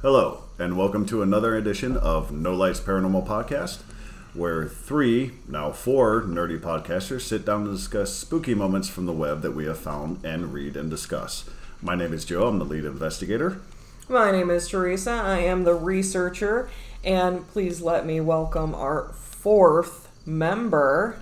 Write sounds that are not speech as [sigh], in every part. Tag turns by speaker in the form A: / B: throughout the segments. A: Hello, and welcome to another edition of No Lights Paranormal Podcast, where three, now four, nerdy podcasters sit down to discuss spooky moments from the web that we have found and read and discuss. My name is Joe, I'm the lead investigator.
B: My name is Teresa. I am the researcher, and please let me welcome our fourth member.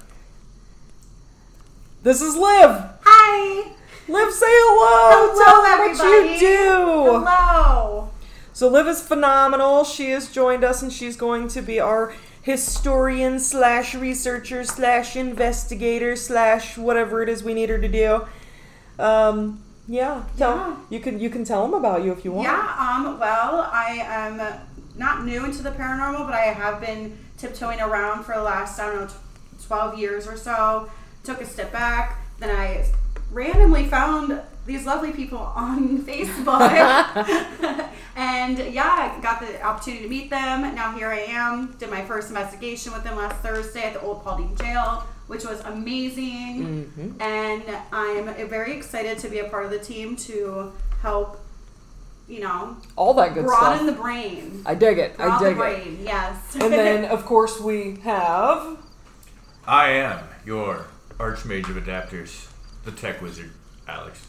B: This is Liv.
C: Hi.
B: Liv, say hello.
C: Hello,
B: Tell what
C: everybody.
B: you do.
C: Hello.
B: So Liv is phenomenal. She has joined us, and she's going to be our historian slash researcher slash investigator slash whatever it is we need her to do. Um, yeah, tell
C: Yeah.
B: you can you can tell them about you if you want.
C: Yeah. Um. Well, I am not new into the paranormal, but I have been tiptoeing around for the last I don't know, tw- twelve years or so. Took a step back, then I randomly found these lovely people on [laughs] Facebook, and yeah, I got the opportunity to meet them. Now here I am. Did my first investigation with them last Thursday at the Old Paulding Jail. Which was amazing, and I'm very excited to be a part of the team to help, you know,
B: All that good
C: broaden
B: stuff.
C: the brain.
B: I dig it. I
C: Broaden the
B: dig it.
C: brain, yes.
B: And then, of course, we have.
D: I am your Archmage of Adapters, the Tech Wizard, Alex.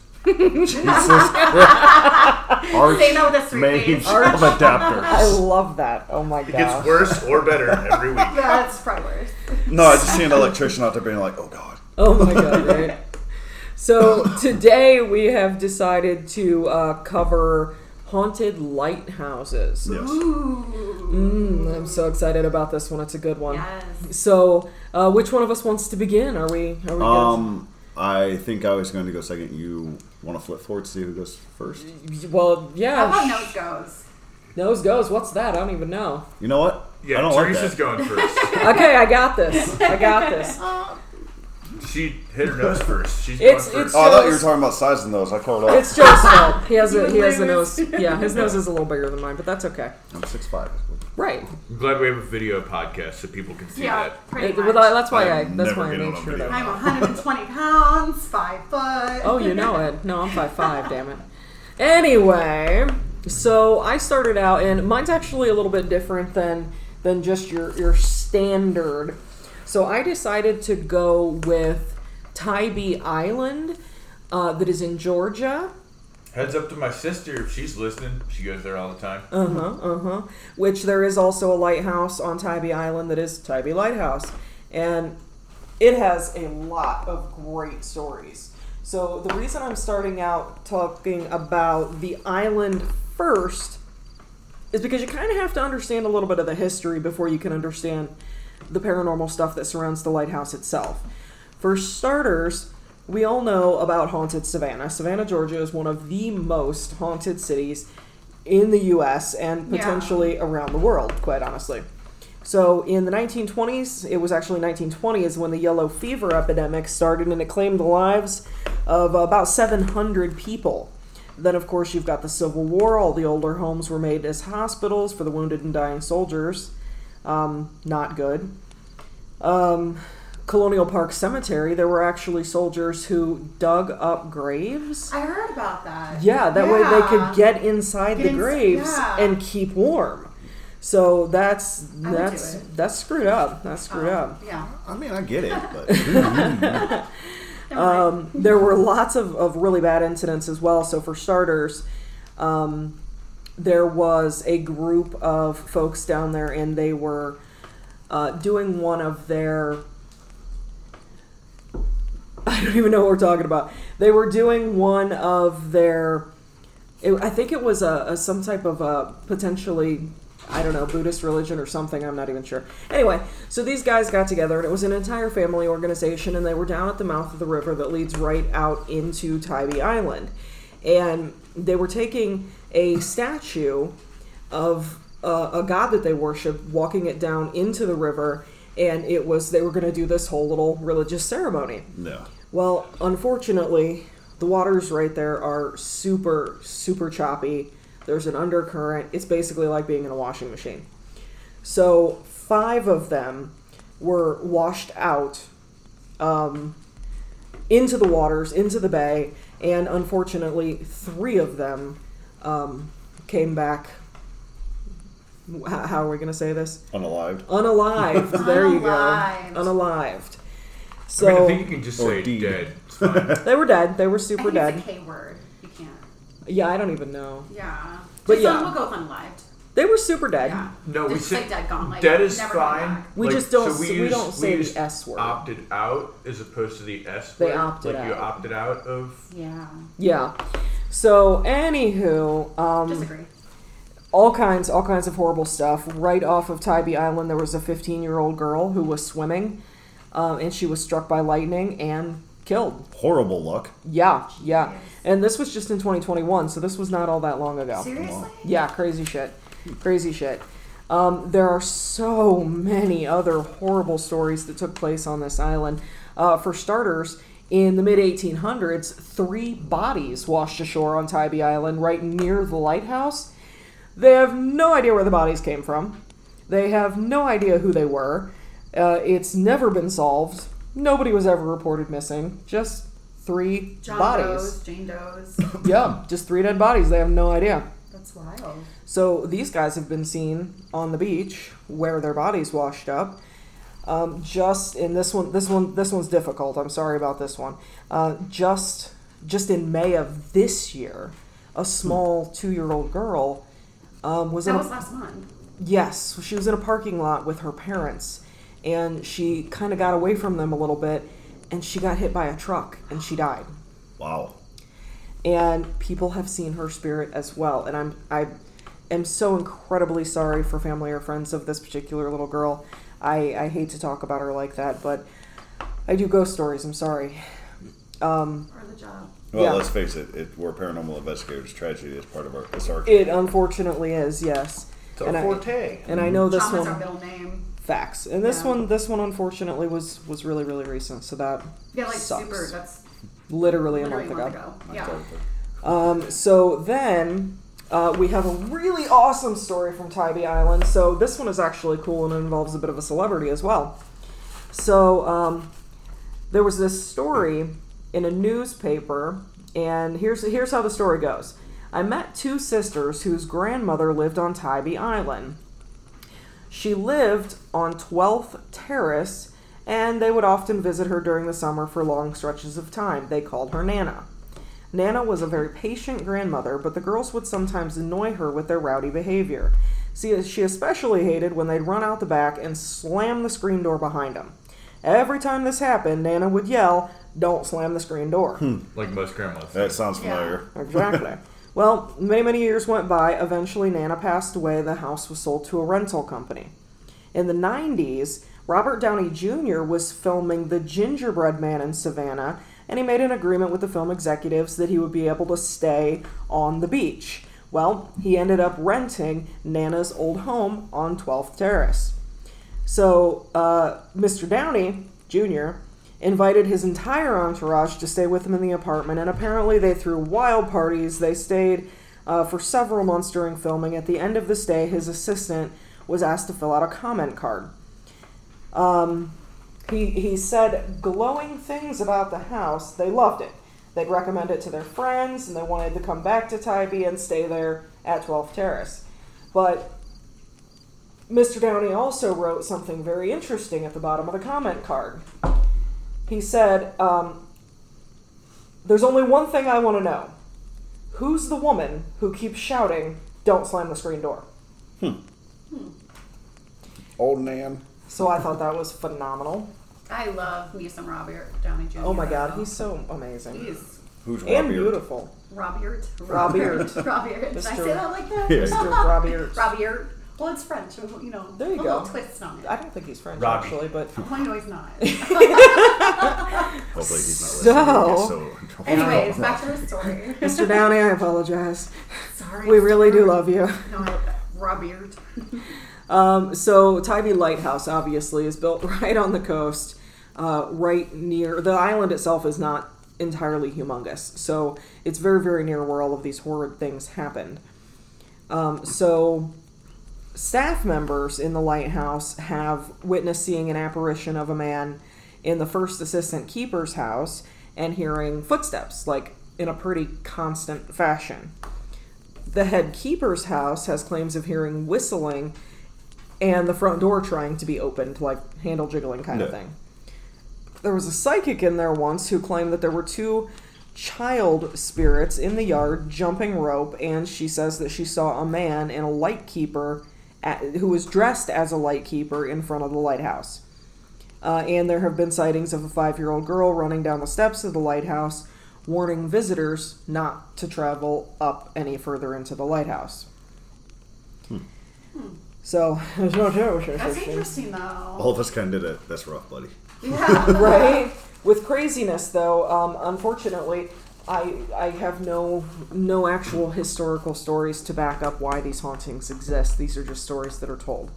A: Arch
C: Say that with a straight
A: Mage [laughs]
C: face.
D: [laughs]
A: of
B: I
A: Adapters.
B: love that. Oh my
D: It gets
B: gosh.
D: worse or better every week.
C: That's probably worse.
A: No, I just see an electrician out there being like, oh god.
B: Oh my god, right? So today we have decided to uh, cover haunted lighthouses.
A: Yes.
C: Ooh.
B: Mm, I'm so excited about this one. It's a good one.
C: Yes.
B: So, uh, which one of us wants to begin? Are we? Are we?
A: Um, I think I was going to go second. You want to flip forward to see who goes first?
B: good? well,
C: How about
B: yeah.
C: nose goes?
B: sh- Nose goes. What's that? I don't even know.
A: You know what?
D: Yeah,
A: I don't like
D: Teresa's
A: that.
B: [laughs]
D: going first.
B: Okay, I got this. I got this.
D: she hit her nose first. She's
B: It's-
D: going
B: it's-
D: first.
A: Oh, I thought you were talking about sizing those. I covered up.
B: It's Joe's [laughs] fault. He has a he has a
C: Hilarious.
B: nose. Yeah, his nose is a little bigger than mine, but that's okay.
A: I'm six five.
B: Right.
D: I'm glad we have a video podcast so people can see
C: Yeah, pretty
B: It-
C: much.
B: well, that- that's why I,
A: I'm
B: that's
A: never
B: why I
A: getting
B: made
A: on
B: sure
A: video.
B: that.
C: I'm 120 pounds, five foot.
B: Oh, you know it. No, I'm five five. damn it. Anyway, so I started out, and mine's actually a little bit different than than just your your standard. So I decided to go with Tybee Island, uh, that is in Georgia.
D: that. Heads up to my sister. If she's listening, she goes there all the time.
B: Uh huh. Uh huh. Which there is also a lighthouse on Tybee Island that is Tybee Lighthouse, and it has a lot of great stories. So the reason I'm starting out talking about the island first is because you kind of have to understand a little bit of the history before you can understand the paranormal stuff that surrounds the lighthouse itself. For starters, we all know about haunted Savannah. Savannah, Georgia is one of the most haunted cities in the US and
C: Yeah.
B: potentially around the world, quite honestly. So in the 1920s, it was actually 1920 is when the yellow fever epidemic started and it claimed the lives of about 700 people. Then, of course, you've got the Civil War. All the older homes were made as hospitals for the wounded and dying soldiers. Um, not good. Um, Colonial Park Cemetery, there were actually soldiers who dug up graves.
C: I heard about that.
B: Yeah, that way they could
C: Yeah.
B: get inside
C: Get
B: the
C: ins-
B: graves
C: yeah.
B: and keep warm. So that's
C: I would
B: that's
C: do it. Oh.
B: that's screwed up. That's screwed up.
C: Yeah.
A: I mean, I get it, [laughs] but
C: Um,
B: there were lots of, of really bad incidents as well. So, for starters, um, there was a group of folks down there, and they were uh, doing one of their. I don't even know what we're talking about. They were doing one of their. It, I think it was a, a some type of a potentially, I don't know, Buddhist religion or something. I'm not even sure. Anyway, so these guys got together, and it was an entire family organization, and they were down at the mouth of the river that leads right out into Tybee Island, and they were taking a statue of uh, a god that they worshiped, walking it down into the river, and it was they were going to do this whole little religious ceremony.
A: no.
B: Well, unfortunately, the waters right there are super, super choppy. There's an undercurrent. It's basically like being in a washing machine. So, five of them were washed out um, into the waters, into the bay, and unfortunately, three of them um, came back h- how are we going to say this?
A: Unalived.
B: Unalived. there you go.
C: Unalived.
B: Unalived.
D: I mean, I
B: So
D: think you can just
A: Or
D: say
A: deed.
D: dead. It's fine.
B: [laughs] they were dead. They were
C: I
B: super
C: think
B: dead.
C: it's a K word. You can't.
B: Yeah, I don't even know.
C: Yeah.
B: But
C: Just,
B: yeah.
C: um, we'll go with unalived.
B: They were super dead.
C: Yeah.
D: No, we
C: Just
D: said
C: like dead gone. Like,
D: dead is
C: never going
D: fine.
C: back.
B: We
D: Like,
B: just don't
D: so
B: s- we don't say the
D: just
B: S word.
D: Opted out as opposed to the S
B: They
D: word.
B: opted
D: like you
B: out.
D: opted out of.
C: Yeah.
B: Yeah. So, anywho, um,
C: Disagree.
B: all kinds, all kinds of horrible stuff. Right off of Tybee Island, there was a 15-year-old girl who was swimming, um, and she was struck by lightning and killed.
A: Horrible luck.
B: Yeah, yeah.
C: Yes.
B: And this was just in 2021, so this was not all that long ago.
C: Seriously?
B: Yeah, crazy shit. Crazy shit. Um, there are so many other horrible stories that took place on this island. Uh, for starters, in the mid 1800s, three bodies washed ashore on Tybee Island right near the lighthouse. They have no idea where the bodies came from, they have no idea who they were. Uh, it's never been solved. Nobody was ever reported missing. Just three
C: John
B: bodies.
C: Doe's, Jane Doe's.
B: [laughs] Yeah, just three dead bodies. They have no idea.
C: That's wild.
B: So these guys have been seen on the beach where their bodies washed up. Um, just in this one, this one, this one's difficult. I'm sorry about this one. Uh, just, just in May of this year, a small two-year-old girl um, was in
C: That
B: a
C: was last month.
B: Yes, she was in a parking lot with her parents, and she kind of got away from them a little bit, and she got hit by a truck and she died.
A: Wow.
B: And people have seen her spirit as well, and I'm I am so incredibly sorry for family or friends of this particular little girl. I, I hate to talk about her like that, but I do ghost stories. I'm sorry.
C: Or the job.
A: Well,
B: Yeah.
A: let's face it, it. We're paranormal investigators. Tragedy is part of our. It's our.
B: It unfortunately is yes,
D: It's our
B: and I,
D: forte.
B: and I know this
C: Tom is our
B: one
C: middle name.
B: facts, and this
C: Yeah.
B: one this one unfortunately was was really really recent, so that
C: Yeah, like
B: sucks.
C: super. That's
B: literally a
C: literally
B: month ago.
C: Yeah.
B: Um, So then uh, we have a really awesome story from Tybee Island. So this one is actually cool and it involves a bit of a celebrity as well. So um, there was this story in a newspaper, and here's here's how the story goes. I met two sisters whose grandmother lived on Tybee Island. She lived on 12th Terrace, and they would often visit her during the summer for long stretches of time. They called her Nana. Nana was a very patient grandmother, but the girls would sometimes annoy her with their rowdy behavior. See, she especially hated when they'd run out the back and slam the screen door behind them. Every time this happened, Nana would yell, Don't slam the screen door.
D: Like most grandmas.
A: That sounds
C: Yeah.
A: familiar.
B: [laughs] Exactly. well, many, many years went by. Eventually, Nana passed away. The house was sold to a rental company. In the 90s, Robert Downey Jr. was filming The Gingerbread Man in Savannah, and he made an agreement with the film executives that he would be able to stay on the beach. Well, he ended up renting Nana's old home on 12th Terrace. So, uh, Mr. Downey Jr. invited his entire entourage to stay with him in the apartment, and apparently they threw wild parties. They stayed uh, for several months during filming. At the end of the stay, his assistant was asked to fill out a comment card. Um, he, he said glowing things about the house. They loved it. They'd recommend it to their friends, and they wanted to come back to Tybee and stay there at 12th Terrace. But Mr. Downey also wrote something very interesting at the bottom of the comment card. He said, um, There's only one thing I want to know. Who's the woman who keeps shouting, Don't slam the screen door?
A: Old Nan.
B: So I thought that was phenomenal.
C: I love me some Robert Downey Jr.
B: Oh my god,
C: though.
B: he's so amazing.
C: he's
A: Who's
B: And
A: Robbie?
B: beautiful.
C: Robert.
B: Robert.
C: [laughs] Robert. Did I
B: Mr.
C: say that like that? [laughs]
A: Yeah.
B: Mr. Robert.
C: Robert. Well, it's French. You know.
B: There you
C: a
B: go.
C: Little twists on it.
B: I don't think he's French,
D: Robbie.
B: actually, but
C: Well, I know
B: [laughs]
C: he's not.
A: Hopefully he's not
B: So-
A: listening. He'll get so [laughs]
C: [laughs] Anyways, back to the story. [laughs]
B: Mr. Downey, I apologize. [laughs]
C: Sorry.
B: We really do
C: sorry.
B: love you.
C: No, I, Robert.
B: Um, so Tybee Lighthouse obviously is built [laughs] right on the coast, uh, right near the island itself is not entirely humongous, so it's very very near where all of these horrid things happened. Um, so staff members in the lighthouse have witnessed seeing an apparition of a man in the first assistant keeper's house and hearing footsteps like in a pretty constant fashion The head keeper's house has claims of hearing whistling and the front door trying to be opened, like handle jiggling kind of
A: Yeah.
B: thing. There was a psychic in there once who claimed that there were two child spirits in the yard jumping rope, and she says that she saw a man and a light keeper at, who was dressed as a light keeper in front of the lighthouse. Uh, and there have been sightings of a five year old girl running down the steps of the lighthouse, warning visitors not to travel up any further into the lighthouse. So, [laughs] there's no
C: That's interesting though.
A: All of us kind of did it. That's rough, buddy.
C: Yeah.
B: [laughs] right? With craziness, though, um, unfortunately, I I have no no actual historical stories to back up why these hauntings exist. These are just stories that are told.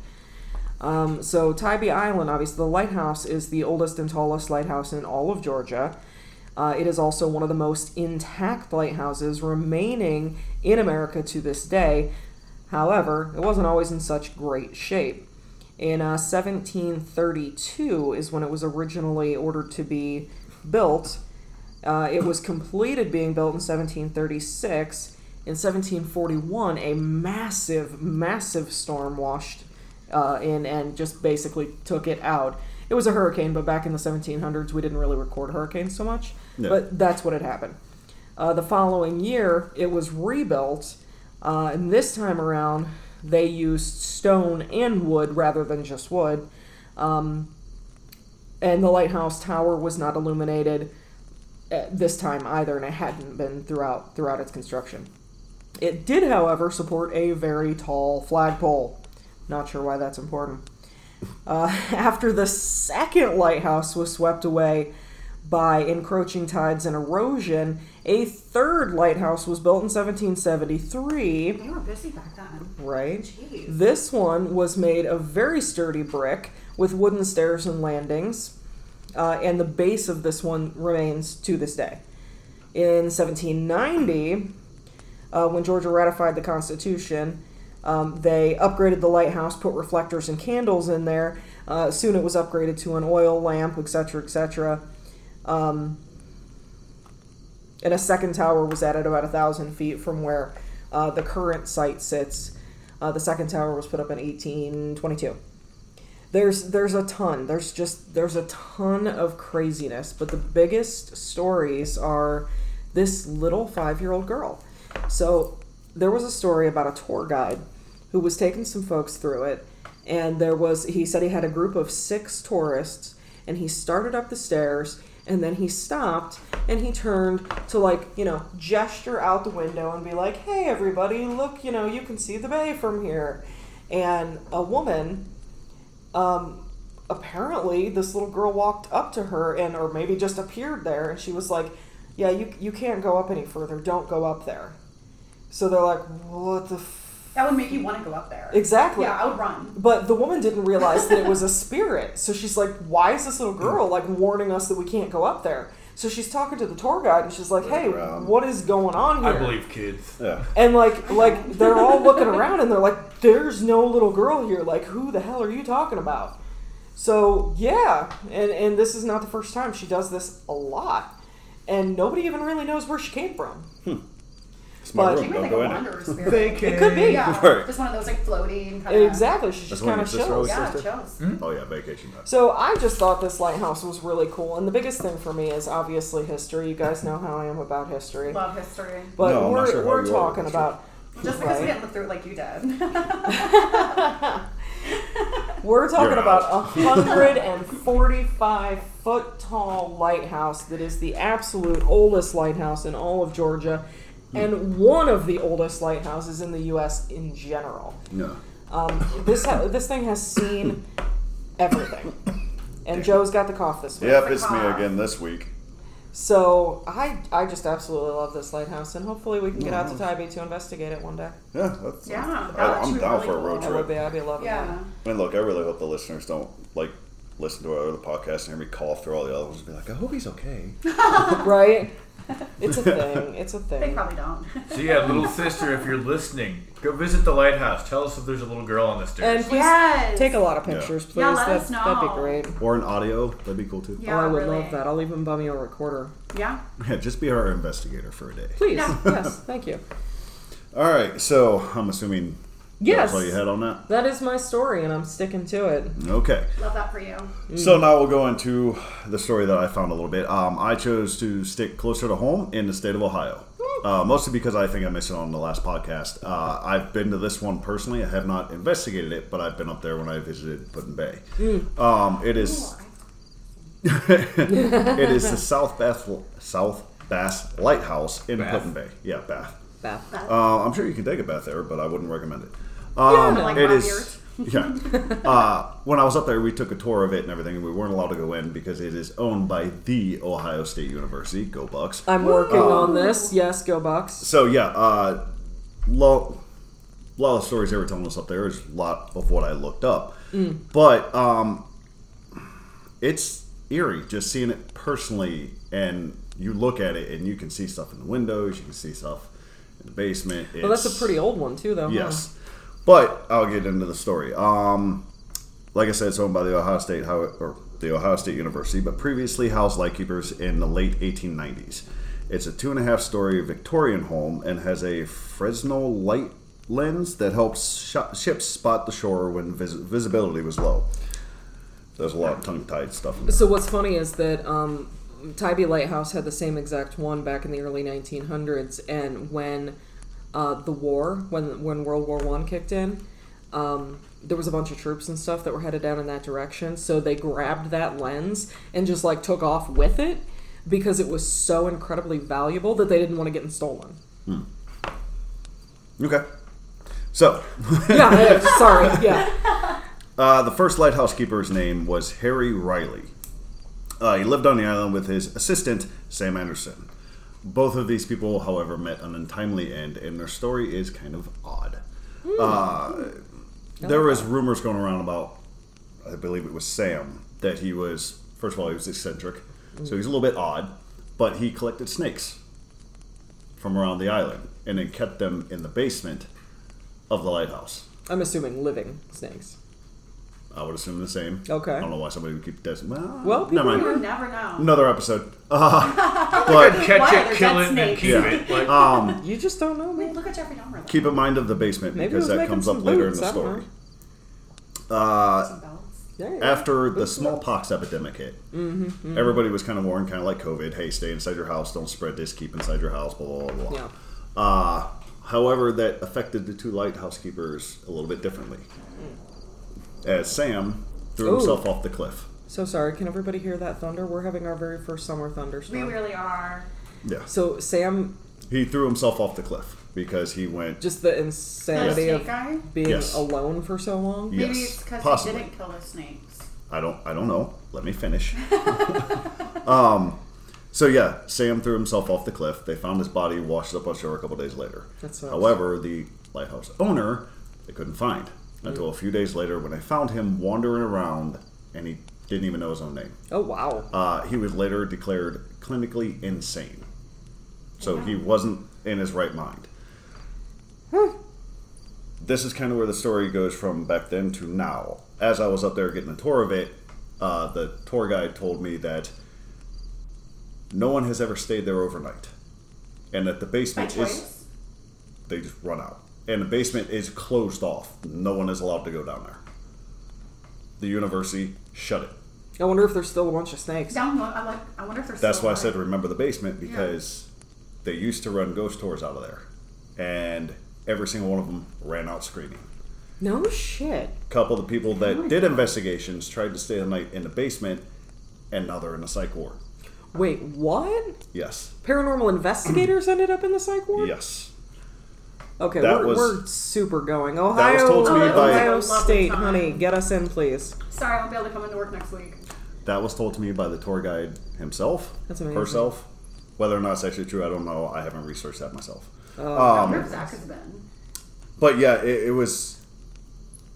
B: Um, so Tybee Island, obviously, the lighthouse is the oldest and tallest lighthouse in all of Georgia. Uh, it is also one of the most intact lighthouses remaining in America to this day. However, it wasn't always in such great shape. In uh, 1732 is when it was originally ordered to be built. Uh, it was completed being built in 1736. In 1741, a massive, massive storm washed uh, in and just basically took it out. It was a hurricane, but back in the 1700s, we didn't really record hurricanes so much.
A: No.
B: But that's what had happened. Uh, the following year, it was rebuilt, uh, and this time around, they used stone and wood rather than just wood. Um, and the lighthouse tower was not illuminated at this time either, and it hadn't been throughout throughout its construction. It did, however, support a very tall flagpole. Not sure why that's important. Uh, [laughs] after the second lighthouse was swept away by encroaching tides and erosion, a third lighthouse was built in 1773.
C: They were busy back then.
B: Right.
C: Jeez.
B: This one was made of very sturdy brick with wooden stairs and landings, uh, and the base of this one remains to this day. In 1790, uh, when Georgia ratified the Constitution, um, they upgraded the lighthouse, put reflectors and candles in there. Uh, soon it was upgraded to an oil lamp, etc., etc. Um, and a second tower was added about a thousand feet from where uh, the current site sits. Uh, the second tower was put up in 1822. There's there's a ton. There's just there's a ton of craziness, but the biggest stories are this little five year old girl. So there was a story about a tour guide who was taking some folks through it, and there was he said he had a group of six tourists, and he started up the stairs. And then he stopped and he turned to, like, you know, gesture out the window and be like, hey, everybody, look, you know, you can see the bay from here. And a woman um, apparently this little girl walked up to her and or maybe just appeared there and she was like yeah you, you can't go up any further don't go up there so they're like what the f-?
C: That would make you want to go up there.
B: exactly
C: Yeah, I would run.
B: but the woman didn't realize that it was a spirit so she's like why is this little girl like warning us that we can't go up there so she's talking to the tour guide and she's like hey
A: Look around.
B: what is going on here
D: I believe kids.
A: Yeah.
B: and like like they're all looking around and they're like, "There's no little girl here. Like, who the hell are you talking about?" So yeah, and and this is not the first time she does this a lot, and nobody even really knows where she came from.
A: It's my
B: But-
C: She
A: room.
C: might
A: Don't
C: like
A: go
C: a
A: in it.
B: [laughs]
C: wanderer spirit.
B: It could be.
C: Yeah,
A: Right.
C: just one of those like floating. Kind
B: Exactly. She
A: That's what
B: just kind
A: your
B: of
A: sister
B: shows.
A: always
C: Yeah,
A: Sister.
C: chills.
A: Oh yeah, vacation time.
B: So I just thought this lighthouse was really cool, and the biggest thing for me is obviously history. You guys know how I am about history,
C: Love history.
B: but
A: No, I'm not
B: we're
A: sure how
B: we're
A: you are with
B: talking
A: history.
B: about
C: Just because
B: Right.
C: we didn't live through it like you did. [laughs]
B: We're talking
A: You're
B: about a 145 foot tall lighthouse that is the absolute oldest lighthouse in all of Georgia and one of the oldest lighthouses in the U.S. in general.
A: No.
B: Um, this, ha- this thing has seen everything. And Joe's got the cough this week.
A: Yep, it's me again this week.
B: So I, I just absolutely love this lighthouse, and hopefully we can get out to
C: Mm-hmm.
B: Tybee to investigate it one day.
A: Yeah, that's.
C: Yeah, that
A: I, I'm
C: actually
A: down
C: really
A: for a road
B: I
C: cool.
A: trip.
B: would be, I'd be loving
C: yeah.
A: I mean, look, I really hope the listeners don't like listen to our other podcast and hear me cough through all the other ones and be like, I hope he's okay.
B: that.
C: [laughs]
B: Right? It's a thing. It's a
C: They
B: thing.
C: probably don't. [laughs]
D: So yeah, little sister, if you're listening, go visit the lighthouse. Tell us if there's a little girl on the stairs.
B: And please
C: Yes.
B: take a lot of pictures, please.
C: Yeah, let
B: That-
C: us
B: That'd be
C: know.
B: great.
A: [laughs] Or an audio, that'd be cool too.
C: Yeah,
B: oh, I would
C: really.
B: love that. I'll even buy me a recorder.
C: Yeah.
A: Yeah, just be our investigator for a day.
B: Please.
C: Yeah.
B: Yes. Thank you.
A: All right, so I'm assuming
B: Yes.
A: that's all you had on that.
B: That is my story, and I'm sticking to it.
A: Okay.
C: Love that for you.
A: So now we'll go into the story that I found a little bit. Um, I chose to stick closer to home in the state of Ohio, uh, mostly because I think I missed it on the last podcast. Uh, I've been to this one personally. I have not investigated it, but I've been up there when I visited Putin Bay. Um, it is [laughs] it is the South Bath South Bass Lighthouse in
D: Bath?
A: Putin Bay. Yeah, Bath.
B: Beth.
A: Uh, I'm sure you can take a bath there, but I wouldn't recommend it.
B: Yeah,
A: Um,
B: no. Like
A: it
C: my
A: is. [laughs] Yeah. Uh, when I was up there, we took a tour of it and everything, and we weren't allowed to go in because it is owned by the Ohio State University. Go Bucks!
B: I'm working on this. Yes, go Bucks.
A: so yeah, uh, lo- a lot of the stories they were telling us up there is a lot of what I looked up,
B: Mm.
A: but um, it's eerie just seeing it personally. And you look at it, and you can see stuff in the windows, you can see stuff in the basement.
B: Well, that's a
A: It's-
B: pretty old one too, though. huh?
A: Yes. But I'll get into the story. Um, like I said, it's owned by the Ohio State How- or the Ohio State University, but previously housed lightkeepers in the late 1890s. It's a two and a half story Victorian home and has a Fresnel light lens that helps sh- ships spot the shore when vis- visibility was low. There's a lot of tongue tied stuff. In there.
B: So what's funny is that um, Tybee Lighthouse had the same exact one back in the early 1900s, and when uh, the war, when when World War One kicked in, um, there was a bunch of troops and stuff that were headed down in that direction. So they grabbed that lens and just like took off with it because it was so incredibly valuable that they didn't want to get stolen.
A: Okay. So,
B: Yeah, yeah, sorry, yeah,
A: Uh, the first lighthouse keeper's name was Harry Riley. Uh, he lived on the island with his assistant, Sam Anderson. Both of these people, however, met an untimely end, and their story is kind of odd. Uh, there was rumors going around about, I believe it was Sam, that he was first of all he was eccentric, so he's a little bit odd, but he collected snakes from around the island and then kept them in the basement of the lighthouse.
B: I'm assuming living snakes.
A: I would assume the same.
B: Okay.
A: I don't know why somebody would keep this. Well, never
B: Well, people
A: mind.
C: You would never know.
A: Another episode. Uh, but
D: Catch
C: Why?
D: it, kill
C: They're
D: it,
C: dead
D: and keep
A: snakes.
D: it. Like,
B: You just don't know,
C: Wait,
B: man.
C: look at Jeffrey Dahmer.
A: Um, keep in mind of the basement
B: Maybe he
A: because
B: was
A: that
B: making
A: comes
B: some
A: up later in
B: boots,
A: the
B: I don't know.
A: story. Uh,
C: Some belts.
B: Yeah, yeah.
A: after the smallpox epidemic hit,
B: Mm-hmm,
A: everybody was kind of warned, kind of like COVID. Hey, stay inside your house. Don't spread this. Keep inside your house. Blah blah blah. blah.
B: Yeah.
A: Uh, however, that affected the two lighthouse keepers a little bit differently. As Sam threw
B: Mm. Ooh.
A: himself off the cliff.
B: So sorry, can everybody hear that thunder? We're having our very first summer
C: We
B: thunderstorm.
C: really are.
A: Yeah.
B: So Sam,
A: He threw himself off the cliff because he went
B: just the
C: The
B: insanity
C: snake
B: of
C: guy?
B: being
A: Yes.
B: alone for so long.
A: Yeah.
C: Maybe
A: Yes,
C: it's because he
A: possibly.
C: didn't kill the snakes.
A: I don't I don't know. Let me
C: [laughs]
A: finish. [laughs] um so yeah, Sam threw himself off the cliff. They found his body washed up on shore a couple days later.
B: That sucks.
A: However, the lighthouse owner they couldn't find until a few days later when they found him wandering around and he didn't even know his own name.
B: Oh wow.
A: Uh, he was later declared clinically insane. So he wasn't in his right mind. This is kind of where the story goes from back then to now. As I was up there getting a tour of it, uh, the tour guide told me that no one has ever stayed there overnight. And that the
C: By
A: basement is.
C: choice?
A: They just run out. And the basement is closed off. No one is allowed to go down there. The university shut it.
B: I wonder if there's still a bunch of snakes.
C: Down low, I, like, I wonder if they're
A: That's
C: still
A: why I said
C: alive.
A: remember the basement because they used to run ghost tours out of there, and every single one of them ran out screaming.
B: No shit.
A: A couple of the people that did investigations tried to stay the night in the basement, and now they're in a psych ward.
B: Wait, what?
A: Yes,
B: Paranormal investigators ended up in the psych ward.
A: yes.
B: Okay,
A: That
B: we're,
A: was-
B: we're super going. Ohio,
A: was told to me by-
B: Ohio
C: Love the
B: State,
C: time.
B: honey, get us in, please.
C: Sorry, I won't be able to come into work next week.
A: That was told to me by the tour guide himself,
B: That's amazing.
A: herself. Whether or not it's actually true, I don't know. I haven't researched that myself. Um,
C: I wonder if Zach has been.
A: but yeah, it, it was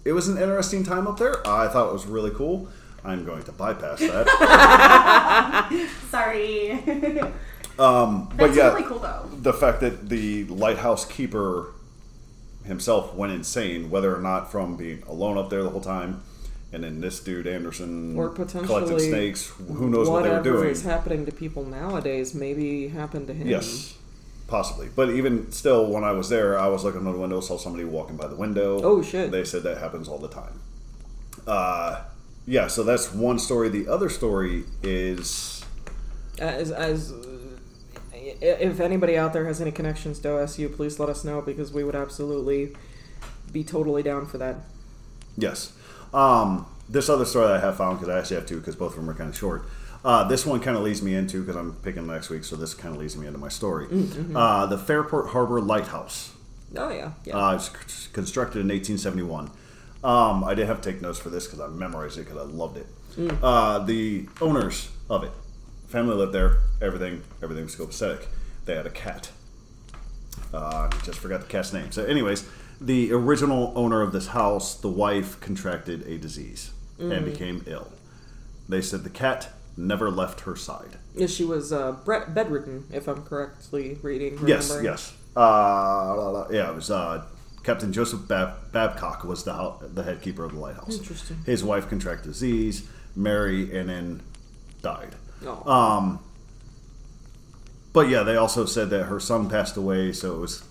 A: it was an interesting time up there. I thought it was really cool. I'm going to bypass that.
C: Sorry. [laughs] That's
A: but yeah,
C: really cool though.
A: the fact that the lighthouse keeper himself went insane, whether or not from being alone up there the whole time, and then this dude Anderson
B: Or
A: collected
B: potentially
A: snakes. Who knows what they were
B: Whatever
A: doing?
B: is happening to people nowadays maybe happened to him.
A: Yes, possibly. But even still, when I was there, I was looking out the window, saw somebody walking by the window.
B: Oh, shit.
A: They said that happens all the time. Uh, yeah, so that's one story. The other story is
B: As, as uh, i- if anybody out there has any connections to OSU, please let us know because we would absolutely be totally down for that.
A: Yes. Um, this other story that I have found because I actually have two because both of them are kind of short. Uh, this one kind of leads me into because I'm picking next week, so this kind of leads me into my story. Uh, the Fairport Harbor Lighthouse.
B: Oh yeah, yeah.
A: Uh, it's c- constructed in 1871. Um, I did have to take notes for this because I memorized it because I loved it. Uh, the owners of it, family lived there. Everything, everything was copacetic. They had a cat. Uh, I just forgot the cat's name. So, anyways, the original owner of this house, the wife contracted a disease and became ill. They said the cat never left her side.
B: Yeah, she was uh, bre- bedridden, if I'm correctly reading.
A: Yes,
B: remembering.
A: yes. Uh, la- la- yeah, it was uh, Captain Joseph Bab- Babcock was the hou- the head keeper of the lighthouse.
B: Interesting.
A: His wife contracted disease, married, and then died.
B: Oh.
A: Um, but yeah, they also said that her son passed away, so it was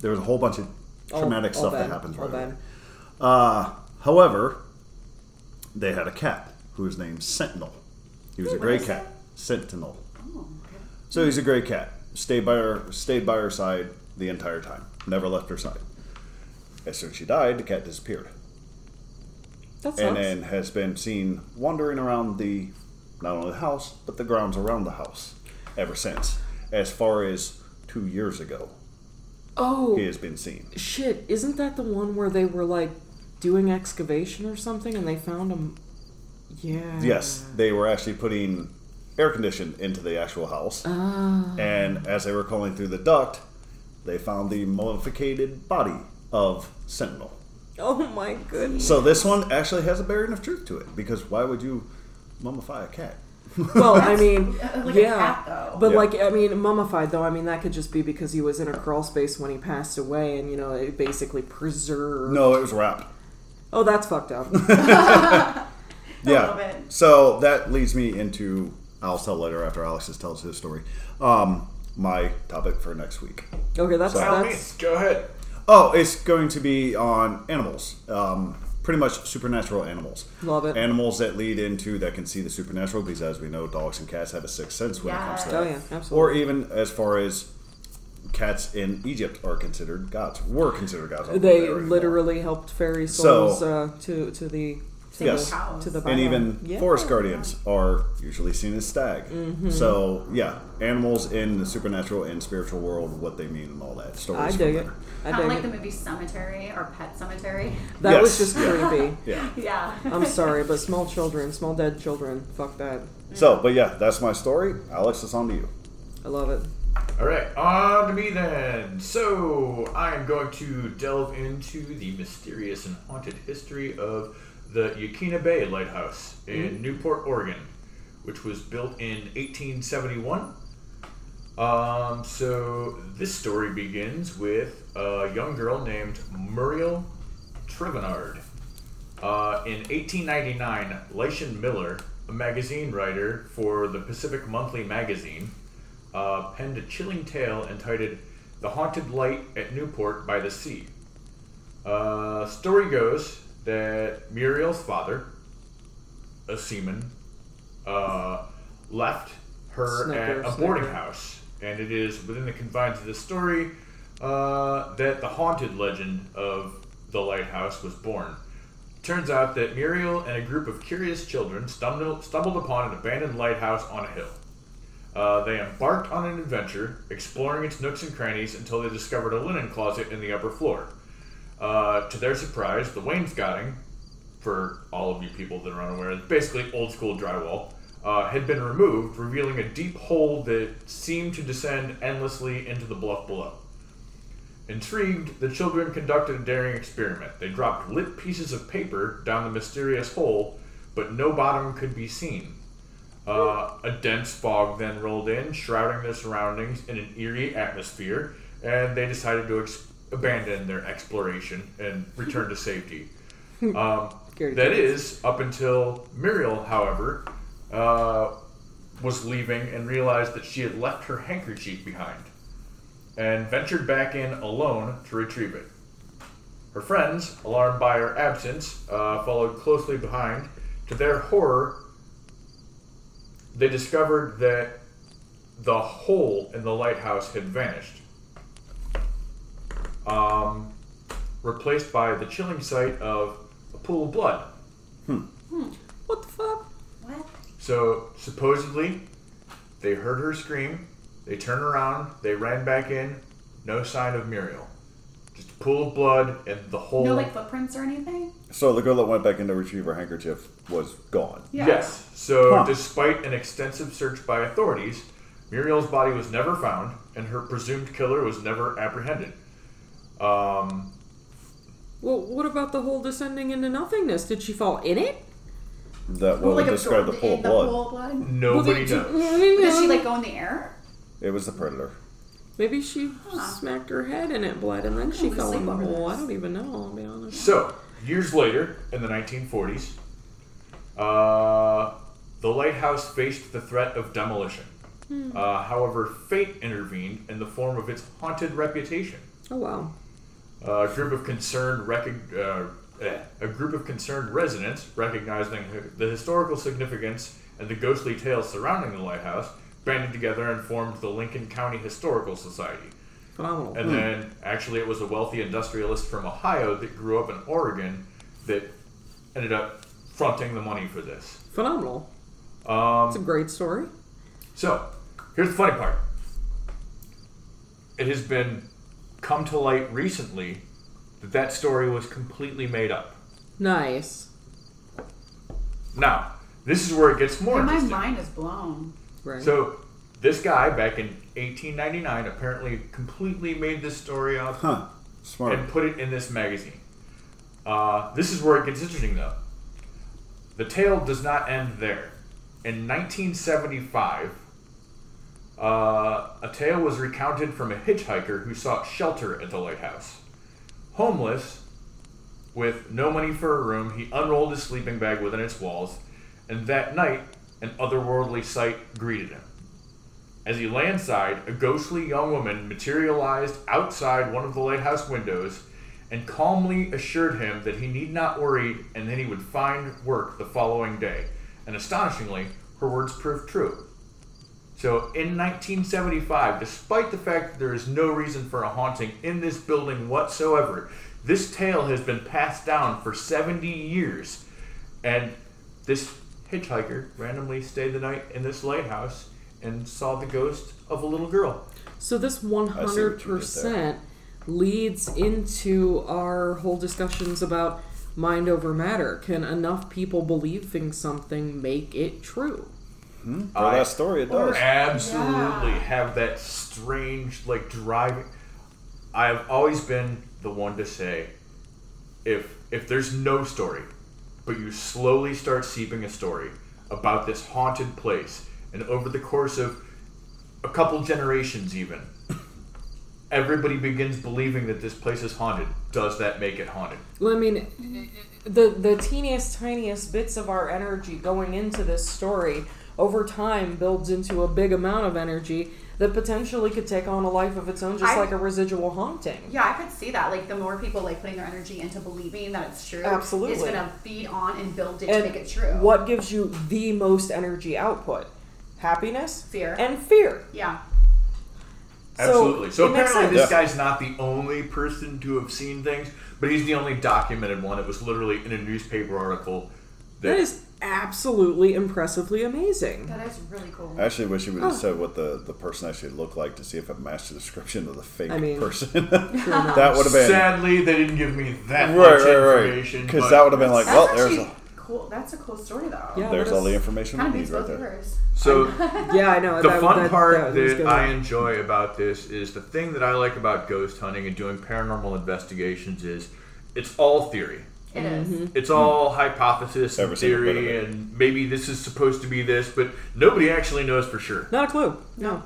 A: there was a whole bunch of
B: All-
A: traumatic
B: all
A: stuff that
B: bad,
A: happens
B: all
A: right away.
B: bad.
A: Uh, however, they had a cat who was named Sentinel. He was a gray
C: is
A: cat, Sentinel.
C: Oh, okay.
A: So he's a great cat. Stayed by her, stayed by her side the entire time. Never left her side. As soon as she died, the cat disappeared,
B: That sucks.
A: and then has been seen wandering around the, not only the house but the grounds around the house, ever since. As far as two years ago,
B: oh
A: he has been seen.
B: shit! Isn't that the one where they were like doing excavation or something and they found him? Yeah.
A: Yes, they were actually putting air condition into the actual house, and as they were crawling through the duct, they found the mummified body of Sentinel.
B: Oh my goodness.
A: So this one actually has a bearing of truth to it because why would you mummify a cat?
B: well, I mean,
C: uh, [laughs] like a
B: yeah,
C: cat, though.
B: but
A: Yeah.
B: like I mean, mummified though. I mean, that could just be because he was in a crawl space when he passed away, and you know, it basically preserved.
A: No, it was wrapped.
B: Oh, that's
A: [laughs]
B: fucked up.
A: yeah.
C: little bit.
A: So that leads me into I'll tell later after Alex has tells his story. Um, my topic for next week.
B: Okay, that's
D: By all
B: that's
D: means, go ahead.
A: Oh, it's going to be on animals. Um, pretty much supernatural animals.
B: Love it.
A: Animals that lead into that can see the supernatural because, as we know, dogs and cats have a sixth sense when it comes to
C: Yes.
A: that.
B: oh yeah, absolutely.
A: Or even as far as cats in Egypt are considered gods, were considered gods. I don't think
B: they
A: they are anymore.
B: literally helped ferry
A: So-
B: souls uh, to to the to
A: Yes.
B: the, to the
A: and
B: bottom.
A: even
B: Yeah.
A: forest guardians are usually seen as stag. So yeah, animals in the supernatural and spiritual world, what they mean and all that. Stories
B: I
A: from
B: dig it.
A: there.
B: I
C: Kind
B: dig
C: of like the
B: it.
C: movie Cemetery or Pet Cemetery. [laughs]
B: That was
A: Yes.
B: just
A: [laughs]
B: creepy.
A: Yeah.
C: yeah.
B: I'm sorry, but small children, small dead children, fuck that.
A: So, but yeah, that's my story. Alex, it's on to you.
B: I love it.
D: All right, on to me then. So I am going to delve into the mysterious and haunted history of the Yakina Bay Lighthouse in Newport, Oregon, which was built in 1871. Um, so this story begins with a young girl named Muriel Trivenard. Uh, in 1899, Lycian Miller, a magazine writer for the Pacific Monthly magazine, uh, penned a chilling tale entitled The Haunted Light at Newport by the Sea. Uh, story goes that Muriel's father, a seaman, uh, left her
B: Snicker,
D: at a boarding
B: snicker.
D: house, and it is within the confines of this story uh, that the haunted legend of the lighthouse was born. Turns out that Muriel and a group of curious children stumbled, stumbled upon an abandoned lighthouse on a hill. Uh, they embarked on an adventure, exploring its nooks and crannies until they discovered a linen closet in the upper floor. Uh, to their surprise, the wainscoting, for all of you people that are unaware, it's basically old school drywall, uh, had been removed, revealing a deep hole that seemed to descend endlessly into the bluff below. Intrigued, the children conducted a daring experiment. They dropped lit pieces of paper down the mysterious hole, but no bottom could be seen. Uh, a dense fog then rolled in, shrouding their surroundings in an eerie atmosphere, and they decided to ex- abandon their exploration and return to safety. Um,
B: Gary
D: that is, up until Muriel, however, uh, was leaving and realized that she had left her handkerchief behind. and ventured back in alone to retrieve it. Her friends, alarmed by her absence, uh, followed closely behind. To their horror, they discovered that the hole in the lighthouse had vanished, um, replaced by the chilling sight of a pool of blood.
B: What the fuck?
C: What?
D: So supposedly, they heard her scream. They turned around. They ran back in. No sign of Muriel. Just a pool of blood and the
A: Oh.
D: whole.
C: No like footprints or anything?
A: So the girl that went back in to retrieve her handkerchief was gone.
C: Yeah.
D: Yes. So
A: Huh.
D: despite an extensive search by authorities, Muriel's body was never found, and her presumed killer was never apprehended. Um,
B: Well, what about the hole descending into nothingness? Did she fall in it?
A: That
C: Well,
A: would
C: Oh, like
A: have described the
C: absorbed
A: pool
C: in
A: of blood.
C: The pool of blood.
D: nobody
B: Well, [laughs] did-
D: knows.
B: Maybe,
C: Does she like go in the air?
A: It was the predator.
B: maybe she smacked her head in it, blood, and then she
C: Oh,
B: fell in the
C: sleepover
B: hole. I
C: this.
B: don't even know. I'll be honest.
D: So, years later, in the 1940s, uh, the lighthouse faced the threat of demolition. Uh, however, fate intervened in the form of its haunted reputation.
B: Oh wow.
D: A group of concerned recog- uh, eh, a group of concerned residents, recognizing the historical significance and the ghostly tales surrounding the lighthouse, banded together and formed the Lincoln County Historical Society.
B: Phenomenal.
D: And then, actually, it was a wealthy industrialist from Ohio that grew up in Oregon that ended up fronting the money for this.
B: Phenomenal.
D: Um,
B: It's a great story.
D: so, here's the funny part. It has been come to light recently that that story was completely made up.
B: Nice.
D: Now, this is where it gets more
C: And my
D: interesting.
C: mind is blown.
B: Right.
D: So, this guy back in 1899 apparently completely made this story up
A: Huh. Smart.
D: and put it in this magazine. Uh, this is where it gets interesting, though. The tale does not end there. In 1975, uh, a tale was recounted from a hitchhiker who sought shelter at the lighthouse. Homeless, with no money for a room, he unrolled his sleeping bag within its walls, and that night, an otherworldly sight greeted him. As he lay inside, a ghostly young woman materialized outside one of the lighthouse windows and calmly assured him that he need not worry and that he would find work the following day. And astonishingly, her words proved true. So in 1975, despite the fact that there is no reason for a haunting in this building whatsoever, this tale has been passed down for 70 years. And this hitchhiker randomly stayed the night in this lighthouse and saw the ghost of a little girl.
B: So this one
A: I see
B: hundred
A: what you did
B: percent
A: there.
B: leads into our whole discussions about mind over matter. Can enough people believe in something make it true?
A: For that story, it does.
D: absolutely
C: Yeah.
D: have that strange like driving i've always been the one to say if if there's no story but you slowly start seeping a story about this haunted place and over the course of a couple generations even everybody begins believing that this place is haunted does that make it haunted
B: Well, I mean,
C: Mm-hmm.
B: the the teeniest tiniest bits of our energy going into this story over time builds into a big amount of energy that potentially could take on a life of its own, just
C: I-
B: like a residual haunting.
C: Yeah, I could see that. Like the more people like putting their energy into believing that it's true,
B: Absolutely.
C: it's gonna feed on and build it
B: And
C: to make it true.
B: What gives you the most energy output? Happiness,
C: Fear.
B: and fear.
C: Yeah.
B: So,
D: Absolutely. So,
B: it makes
D: apparently, this
A: sense. Yeah.
D: guy's not the only person to have seen things, but he's the only documented one. It was literally in a newspaper article. That,
B: That is absolutely impressively amazing.
C: That is really cool.
A: I actually wish you would have
B: Oh.
A: said what the, the person actually looked like to see if it matched the description of the fake
B: I mean-
A: person. [laughs] that would have been
D: Sadly, they didn't give me that
A: right,
D: much
A: right, right.
D: information.
A: Because
D: but-
A: that would have been like,
C: That's
A: well,
C: actually
A: there's a,
C: cool. That's a cool story though.
B: Yeah.
A: there's
B: that
A: all the
B: is-
A: information
C: Kind
A: we
C: of
A: need
C: beats
A: right
C: both
A: there.
C: of yours.
B: [laughs]
D: So,
B: Yeah, I know.
D: the
B: that,
D: fun
B: that, was
D: part that,
B: good.
D: I enjoy about this is the thing that I like about ghost hunting and doing paranormal investigations is it's all theory.
C: It is.
B: Mm-hmm.
D: It's all hypothesis and
A: Every single bit of
D: theory,
A: Hmm. it.
D: and maybe this is supposed to be this, but nobody actually knows for sure.
B: Not a clue. No,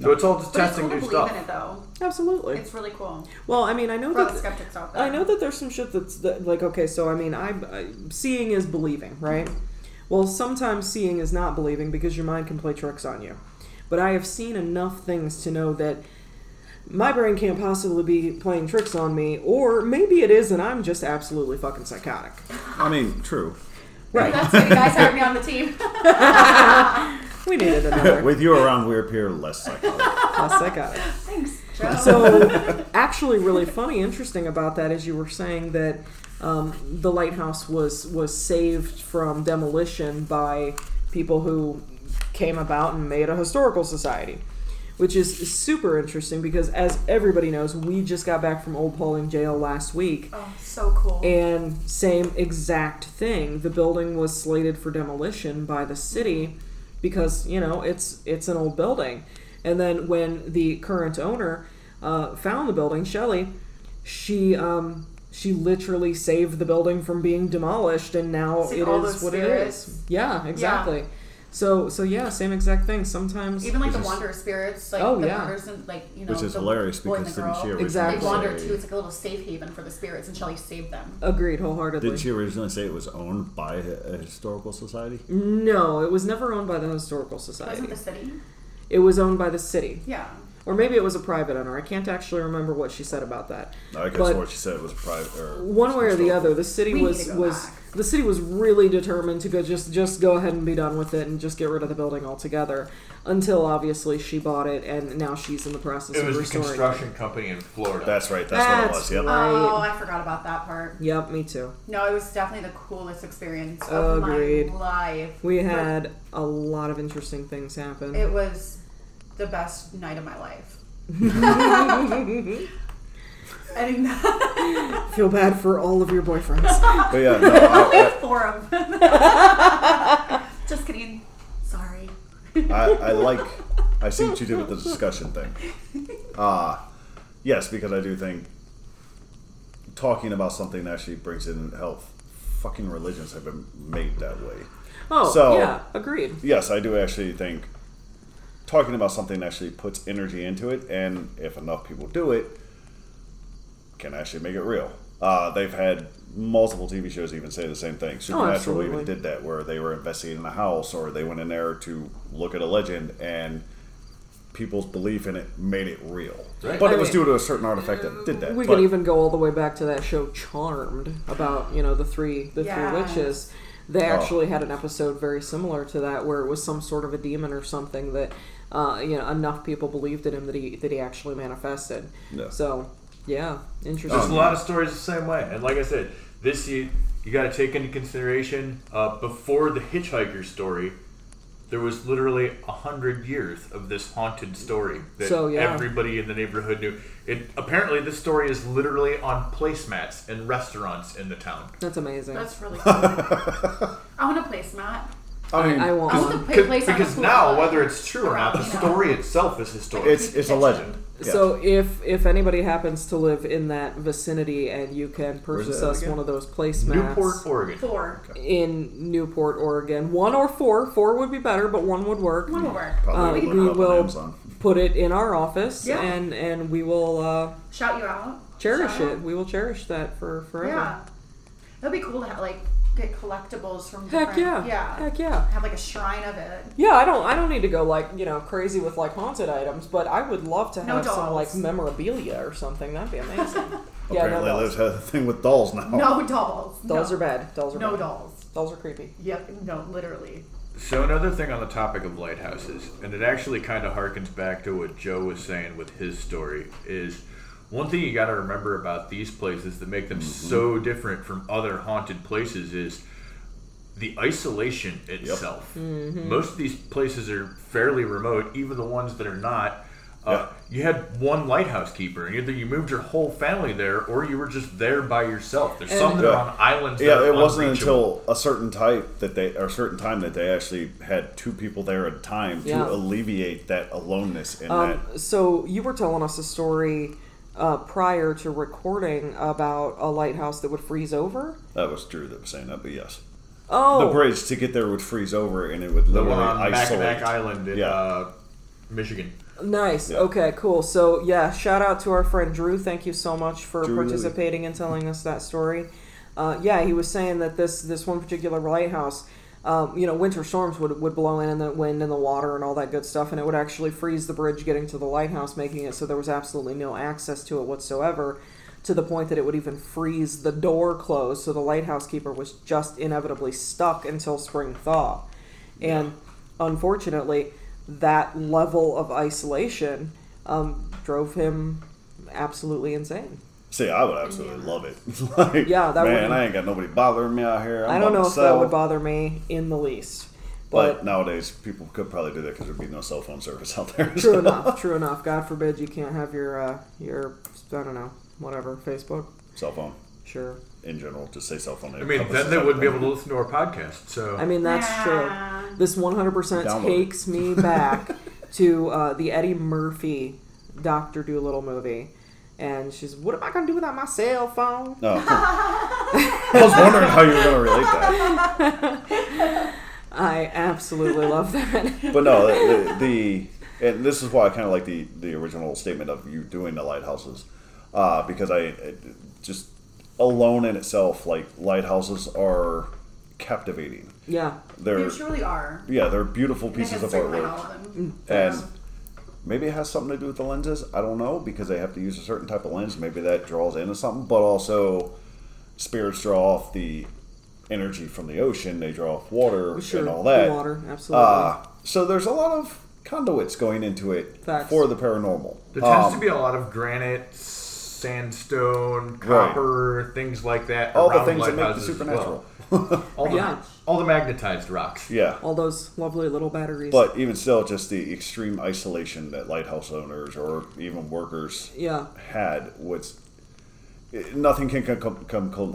D: So it's all just
C: But it's cool
D: testing
C: to
D: new
C: believe
D: stuff.
C: in it though.
B: absolutely.
C: It's really cool.
B: well, I mean, I know
C: For all
B: that
C: the skeptics out there.
B: I know that there's some shit that's that, like okay, so I mean, I, I seeing is believing, right? Well, sometimes seeing is not believing because your mind can play tricks on you. But I have seen enough things to know that my brain can't possibly be playing tricks on me, or maybe it is, and I'm just absolutely fucking psychotic.
A: I mean,
B: [laughs]
A: true. [laughs]
B: Right.
C: That's good. You guys hired me on the team.
B: we needed
A: [laughs]
B: another
A: With you around, we appear less
B: [laughs]
A: psychotic.
B: less psychotic.
C: [laughs] Thanks, Joe.
B: So, actually, really funny, interesting about that is you were saying that um, the lighthouse was was saved from demolition by people who came about and made a historical society, which is super interesting because, as everybody knows, we just got back from Old Pauling Jail last week,
C: oh, so cool.
B: and same exact thing. The building was slated for demolition by the city because you know it's it's an old building. And then when the current owner uh, found the building, Shelley, she um, she literally saved the building from being demolished, and now
C: See,
B: it
C: all
B: is
C: those
B: what
C: spirits.
B: it is. Yeah, exactly. So so yeah, same exact thing. Sometimes
C: Even like the
A: Which is-
C: wanderer spirits, like
B: Oh,
C: the
B: yeah.
C: wanderers and like you know,
A: Which is
C: the
A: hilarious
C: boy and
A: because
C: the
A: didn't
C: girl.
A: she
C: They-
B: Exactly.
C: They wander
A: say-
C: too. It's like a little safe haven for the spirits, and Shelley saved them.
B: agreed wholeheartedly.
A: Did she originally say it was owned by a a historical society?
B: No, it was never owned by the historical
C: Wasn't
B: society.
C: the city?
B: It was owned by the city,
C: Yeah.
B: or maybe it was a private owner. I can't actually remember what she said about that.
A: I guess
B: But-
A: what she said was private. Or
B: one way or the other, the city
C: We need
B: was
C: to go
B: was
C: back.
B: the city was really determined to go just just go ahead and be done with it and just get rid of the building altogether. Until obviously she bought it and now she's in the process
D: It
B: of
D: was the
B: restoring.
D: construction company in Florida.
A: That's right. That's,
B: That's
A: what it was. Yep.
B: right.
C: Oh, I forgot about that part.
B: it. Yep, me too.
C: No, it was definitely the coolest experience of
B: Agreed.
C: my life.
B: We had a lot of interesting things happen.
C: It was the best night of my
B: [laughs]
C: life. I didn't
B: Feel bad for all of your
D: [laughs]
B: boyfriends.
A: But yeah, no, I,
C: [laughs]
B: [laughs]
C: four of them. Just kidding. Sorry.
A: I, I like. I see what you did with
B: [laughs]
A: the discussion thing. Uh, yes, because I do think talking about something actually brings in health. Fucking religions have been made that way.
B: Oh,
A: So-
B: yeah, agreed.
A: Yes, I do actually think talking about something actually puts energy into it, and if enough people do it, can actually make it real. Uh, they've had multiple TV shows even say the same thing. Supernatural
B: Oh, absolutely.
A: even did that, where they were investigating a house or they went in there to look at a legend, and people's belief in it made it real.
D: Right.
A: But
B: I
A: it was
B: mean,
A: due to a certain artifact that did that.
B: We
A: but
B: can even go all the way back to that show Charmed about you know the three the
C: Yes.
B: three witches. They actually
A: Oh.
B: had an episode very similar to that where it was some sort of a demon or something that uh, you know enough people believed in him that he that he actually manifested.
A: Yeah.
B: So yeah, interesting.
A: um,
D: There's a lot of stories the same way, and like I said, this you you got to take into consideration. Uh, before the hitchhiker story, there was literally a hundred years of this haunted story that
B: So, yeah.
D: everybody in the neighborhood knew. It apparently this story is literally on placemats in restaurants in the town.
B: That's
A: [laughs]
B: amazing.
C: That's really cool. I want a placemat.
A: I mean,
B: I won't.
C: I want to play, place
D: Because,
C: on a
D: because
C: pool
D: now,
C: lot.
D: whether it's true or not, the
C: Around, you know.
D: story itself is historic.
A: it's it's a legend. Yes.
B: So if if anybody happens to live in that vicinity and you can purchase
A: that
B: us
A: again?
B: one of those placemats
D: Newport, Oregon.
C: four
B: in Newport, Oregon, one or four, four would be better, but one would work.
C: one will work.
A: probably
B: uh,
A: look
B: we
A: it up
B: will-
A: on Amazon.
B: put it in our office
C: Yeah.
B: and and we will uh,
C: Shout you out.
B: cherish
C: Shout
B: it.
C: out.
B: We will cherish that for forever.
C: Yeah, it'd be cool to have, like get collectibles from.
B: Heck yeah.
C: different- Yeah.
B: Heck yeah.
C: Have like a shrine of it.
B: Yeah, I don't I don't need to go like, you know, crazy with like haunted items, but I would love to
C: No
B: have some
C: dolls.
B: like memorabilia or something. That'd be
C: [laughs]
B: amazing. yeah, no
A: Apparently,
B: dolls.
A: Liz has a thing with dolls now.
C: No dolls.
B: Dolls
C: no.
B: are bad. Dolls are
C: No
B: bad.
C: dolls.
B: Dolls are creepy.
C: Yep. No, literally.
D: So another thing on the topic of lighthouses, and it actually kind of harkens back to what Joe was saying with his story, is one thing you got to remember about these places that make them
A: Mm-hmm.
D: so different from other haunted places is the isolation itself. Most of these places are fairly remote, even the ones that are not. Uh, You had one lighthouse keeper, and either you moved your whole family there, or you were just there by yourself. There's some that
A: Yeah.
D: are on islands. that
A: Yeah,
D: are
A: it wasn't
D: unreachable.
A: until a certain type that they or a certain time that they actually had two people there at a time
B: Yeah. Um,
A: to alleviate that aloneness in that.
B: So you were telling us a story uh, prior to recording about a lighthouse that would freeze over.
A: That was Drew that was saying that, but yes,
B: Oh,
A: the bridge to get there would freeze over and it would
D: The
A: literally
D: one on
A: isolate.
D: Mackinac Island in
A: Yeah.
D: uh, Michigan.
B: Nice.
A: Yeah.
B: Okay, cool. So, yeah, shout out to our friend Drew. Thank you so much for
A: Drew Lilly.
B: participating and telling us that story. Uh, yeah, he was saying that this this one particular lighthouse, um, you know, winter storms would, would blow in and the wind and the water and all that good stuff, and it would actually freeze the bridge getting to the lighthouse, making it so there was absolutely no access to it whatsoever, to the point that it would even freeze the door closed, so the lighthouse keeper was just inevitably stuck until spring thaw. And unfortunately, that level of isolation um, drove him absolutely insane.
A: See, I would absolutely love it. [laughs] like,
B: Yeah, that
A: man,
B: would've-
A: I ain't got nobody bothering me out here. I'm
B: I don't
A: by
B: know if that
A: myself.
B: would bother me in the least.
A: But,
B: But,
A: nowadays, people could probably do that because there'd be no cell phone service [laughs] out there.
B: true
A: so-
B: enough, true enough. God forbid you can't have your uh, your I don't know whatever Facebook.
A: Cell phone
B: Sure.
A: in general, just say cell phone.
D: I mean, then they wouldn't be able to listen to our podcast. So
B: I mean that's
C: Yeah.
B: true. This 100%
A: Download it. [laughs]
B: takes me back to uh, the Eddie Murphy Doctor Doolittle movie, and she's what am I gonna do without my cell phone?
A: No. I was wondering how you were going to relate that,
B: I
A: [laughs]
B: absolutely love that.
A: but no, the, the, the and this is why I kind of like the the original statement of you doing the lighthouses, uh, because I it, just alone in itself, like lighthouses are captivating.
B: yeah.
A: They're
C: You truly are.
A: yeah, they're beautiful
C: I can
A: pieces of
C: circle
A: artwork.
C: all of
B: Mm.
C: them.
A: and
C: Yeah.
A: maybe it has something to do with the lenses. I don't know because they have to use a certain type of lens. Maybe that draws into something, but also spirits draw off the energy from the ocean. They draw off water
B: Sure.
A: and all that.
B: The water, absolutely.
A: Uh, so there's a lot of conduits going into it
B: Facts.
A: for the paranormal.
D: there tends
A: Um,
D: to be a lot of granite, sandstone, copper, things like that.
A: all the
D: around
A: things that make the
D: lighthouses as
A: supernatural.
D: well. All, the,
B: Yeah.
D: all the magnetized rocks.
A: Yeah.
B: All those lovely little batteries.
A: But even still, just the extreme isolation that lighthouse owners or even workers
B: yeah.
A: had was eh, nothing can come come, come eh, close.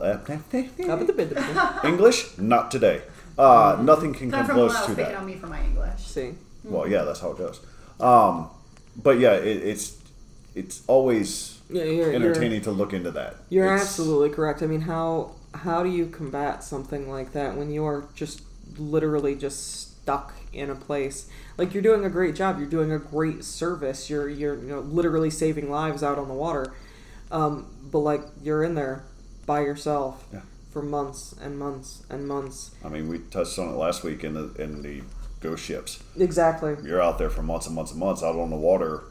B: Up at the bid.
A: English, not today. Uh,
B: Mm-hmm.
A: nothing can
C: Not
A: come
C: from what
A: close
C: I was
A: to
C: picking
B: um,
A: that.
C: on me for my English.
B: See.
A: Well, yeah, that's how it goes. Um, but yeah, it, it's it's always
B: Yeah, you're,
A: entertaining
B: you're,
A: to look into that.
B: you're
A: It's-
B: absolutely correct. I mean, how how do you combat something like that when you are just literally just stuck in a place? Like you're doing a great job. You're doing a great service. You're you're you know literally saving lives out on the water, um, but like you're in there by yourself
A: Yeah.
B: for months and months and months.
A: I mean, we touched on it last week in the in the ghost ships.
B: Exactly.
A: You're out there for months and months and months out on the water.